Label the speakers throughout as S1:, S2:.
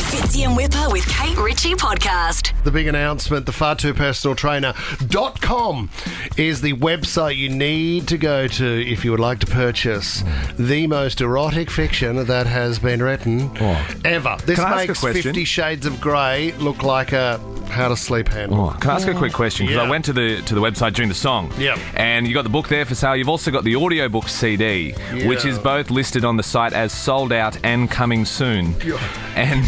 S1: Fitzy and Whipper with Kate Ritchie podcast.
S2: The big announcement the far too personal trainer.com is the website you need to go to if you would like to purchase the most erotic fiction that has been written
S3: Oh.
S2: ever. This
S3: Can I ask a
S2: makes
S3: question?
S2: Fifty Shades of Grey look like a how to sleep handle.
S3: Oh, can I ask a quick question? Because
S2: Yeah.
S3: I went to the to the website during the song.
S2: Yep.
S3: And you got the book there for sale. You've also got the audiobook CD, which
S2: Yeah.
S3: is both listed on the site as sold out and coming soon. And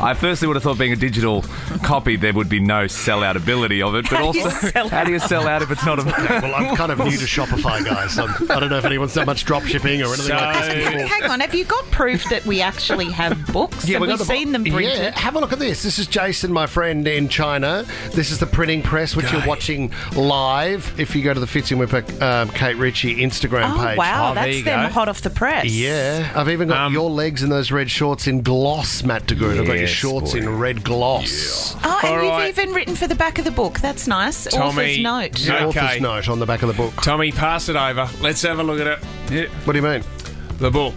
S3: I firstly would have thought being a digital copy there would be no sellout ability of it, but
S4: How do you
S3: also
S4: sell
S3: how do you sell out if it's not a
S2: Well, I'm kind of new to Shopify, guys. I'm, I don't know if anyone's done much drop shipping or anything like this before.
S4: Hang on, have you got proof that we actually have books? have
S2: we
S4: we
S2: got the bo-
S4: seen them printed?
S2: Yeah, have a look at this. This is Jason, my friend in China. This is the printing press, which you're watching live if you go to the Fitz and Whipper um, Kate Ritchie Instagram
S4: Oh
S2: page.
S4: wow,
S5: Oh, there
S4: that's
S5: you
S4: them
S5: go.
S4: hot off the press.
S2: Yeah, I've even got
S5: Um,
S2: your legs in those red shorts in gloss, Matt DeGroot. I've got your
S3: Yes,
S2: shorts
S3: boy.
S2: in red gloss.
S4: Oh, and
S5: All
S4: you've
S5: right.
S4: even written for the back of the book. That's nice.
S5: Tommy.
S4: Author's note.
S2: The
S5: Okay.
S2: author's note on the back of the book.
S5: Tommy, pass it over. Let's have a look at it.
S2: What do you mean?
S5: The book.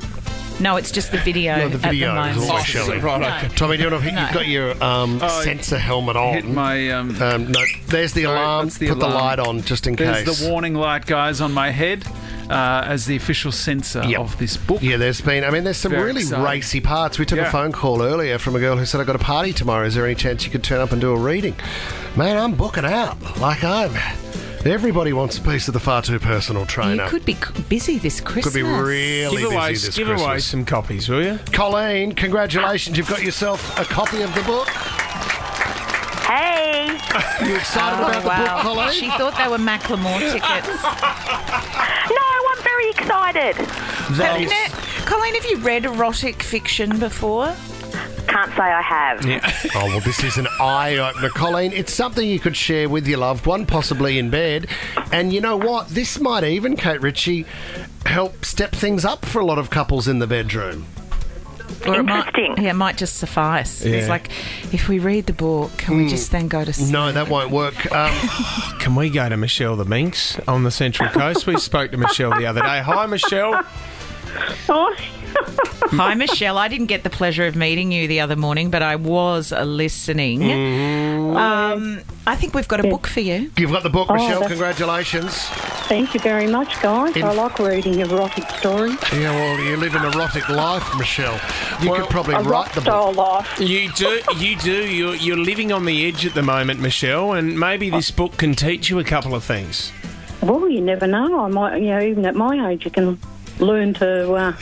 S4: No, it's just the video,
S2: No, the video
S4: at
S2: is all
S4: the moment.
S2: we show. Shelley.
S5: Right, okay.
S4: No.
S2: Tommy, do you want to, you've got your um,
S5: Oh,
S2: sensor helmet on.
S6: hit my um,
S2: um, no, there's the
S6: Sorry,
S2: alarm.
S6: that's the
S2: Um, Put the
S6: alarm.
S2: light on just in
S6: there's
S2: case.
S6: the warning light guys on my head uh, as the official censor
S2: Yep.
S6: of this book
S2: Yeah, there's been. I mean, there's some
S6: Very
S2: really
S6: exciting.
S2: racy parts. We took a
S6: Yeah.
S2: phone call earlier from a girl who said, "I got a party tomorrow. Is there any chance you could turn up and do a reading?" Man, I'm booking out. Like I'm. Everybody wants a piece of the far too personal trainer.
S4: Oh, You could be c- busy this Christmas.
S2: Could be really
S5: Give, away,
S2: busy this
S5: give
S2: Christmas.
S5: away some copies, will you?
S2: Colleen, congratulations! You've got yourself a copy of the book.
S7: Hey,
S2: You excited about the book, Colleen?
S4: Oh, She thought they were Macklemore tickets.
S7: no, I'm very excited.
S2: That
S4: Now, Colleen, have you read erotic fiction before?
S7: Can't say I have.
S2: Oh, well, this is an eye opener, Colleen. It's something you could share with your loved one, possibly in bed. And you know what? This might even, Kate Ritchie, help step things up for a lot of couples in the bedroom.
S4: Or it might-
S7: Interesting.
S4: yeah, it might just suffice. It's
S5: Yeah.
S4: like, if we read the book, can we just then go to sleep?
S2: Hmm. No, that won't work. Um,
S5: Can we go to Michelle the Minx on the Central Coast? We spoke to Michelle the other day. Hi, Michelle.
S7: Oh,
S4: Hi, Michelle. I didn't get the pleasure of meeting you the other morning, but I was listening. Um, I think we've got a book for you.
S2: you've got the
S6: Oh,
S2: book, Michelle.
S8: that's-
S2: Congratulations.
S8: Thank you very much, guys. I like reading erotic stories.
S2: Yeah, well, you live an erotic life, Michelle. You
S5: Well,
S2: could probably
S8: A
S2: write
S8: rock
S2: the book.
S8: style life.
S5: You do, you do. You're, you're living on the edge at the moment, Michelle, and maybe this book can teach you a couple of things.
S8: Well, you never know. I might, you know, even at my age, you can learn to uh,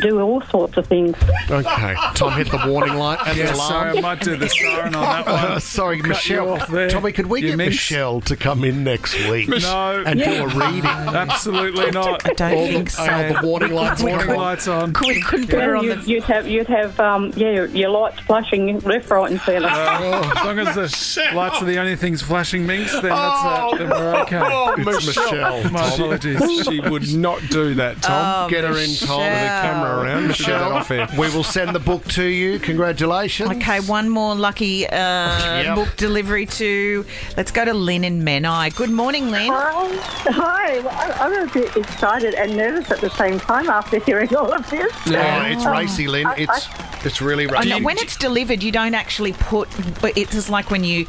S8: do all sorts of things.
S2: Okay. Tom hit the warning light and
S6: yeah
S2: the alarm.
S6: sorry I might do the siren on that
S2: Uh,
S6: one
S2: sorry, Michelle.
S6: off there,
S2: Tommy, could we
S6: you
S2: get
S6: minx.
S2: Michelle to come in next week
S6: No.
S2: and do a reading?
S6: absolutely not
S4: I don't think so.
S2: Uh, the warning lights. are
S6: warning
S2: on.
S6: lights on
S4: we couldn't put her
S8: Then
S4: on
S8: you,
S4: the.
S8: you'd have, you'd have, um, yeah, your lights flashing left, right, and centre.
S6: Uh, as long as the lights are the only things flashing minks then, that's, uh,
S2: Oh,
S6: then we're okay
S2: It's Michelle.
S6: my apologies
S5: She would not do that, Tom.
S2: Get her in, Tom.
S4: Michelle.
S5: With a camera around, Michelle.
S2: Michelle,
S5: off air.
S2: we will send the book to you. Congratulations.
S4: Okay, one more lucky uh, book delivery to. Let's go to Lynn and Menai. Good morning, Lynn.
S8: Hi, hi. Well, I- I'm a bit excited and nervous at the same time after hearing all of this.
S2: Oh, it's racy, Lynn. It's it's really
S4: I
S2: racy.
S4: know, Oh, when it's delivered, you don't actually put. It's just like when you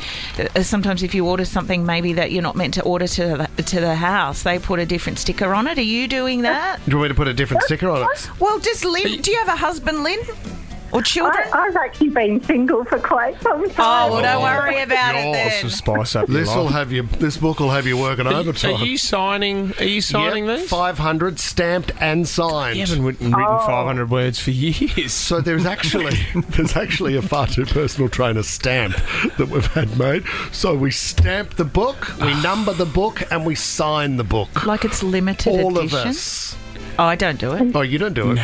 S4: uh, sometimes if you order something maybe that you're not meant to order to the, to the house, they put a different sticker on it. Are you doing that?
S2: Do you want me to put a different sticker on it?
S4: Well, does Lynn? Do you have a husband, Lynn, or children?
S8: I, I've actually been single for quite some time.
S4: oh, well, don't worry about it
S5: Oh,
S4: then.
S5: some spice up your
S2: This will
S5: life.
S2: have you. This book will have you working overtime.
S5: Are you signing? Are you signing this?
S2: Five hundred stamped and signed.
S5: You haven't written, written 500 words for years.
S2: So there's actually there's actually a far too personal trainer stamp that we've had made. So we stamp the book, we number the book, and we sign the book.
S4: like it's limited
S2: All of
S4: edition.
S2: us.
S4: Oh, I don't do it.
S2: Oh, you don't do it.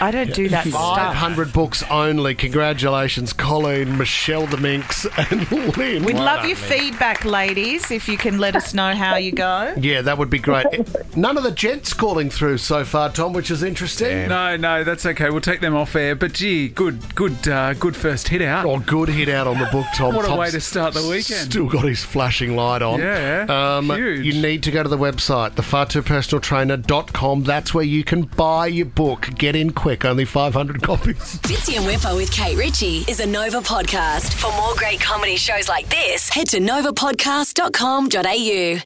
S4: I don't do that
S2: Five
S4: stuff.
S2: hundred books only. Congratulations, Colleen, Michelle the Minx, and Lynn.
S4: We'd love your feedback, ladies, if you can let us know how you go.
S2: yeah, that would be great. None of the gents calling through so far, Tom, which is interesting.
S6: no no that's okay we'll take them off air but gee good good uh, good first hit out
S2: Oh, good hit out on the book, Tom.
S6: What a
S2: Tom's
S6: way to start the weekend.
S2: Still got his flashing light on.
S6: Yeah,
S2: Um,
S6: huge.
S2: You need to go to the website, thefartoopersonaltrainer.com. That's where you you can buy your book. Get in quick, only 500 copies.
S1: Fitzy and Whipper with Kate Ritchie is a Nova podcast. For more great comedy shows like this, head to novapodcast.com.au.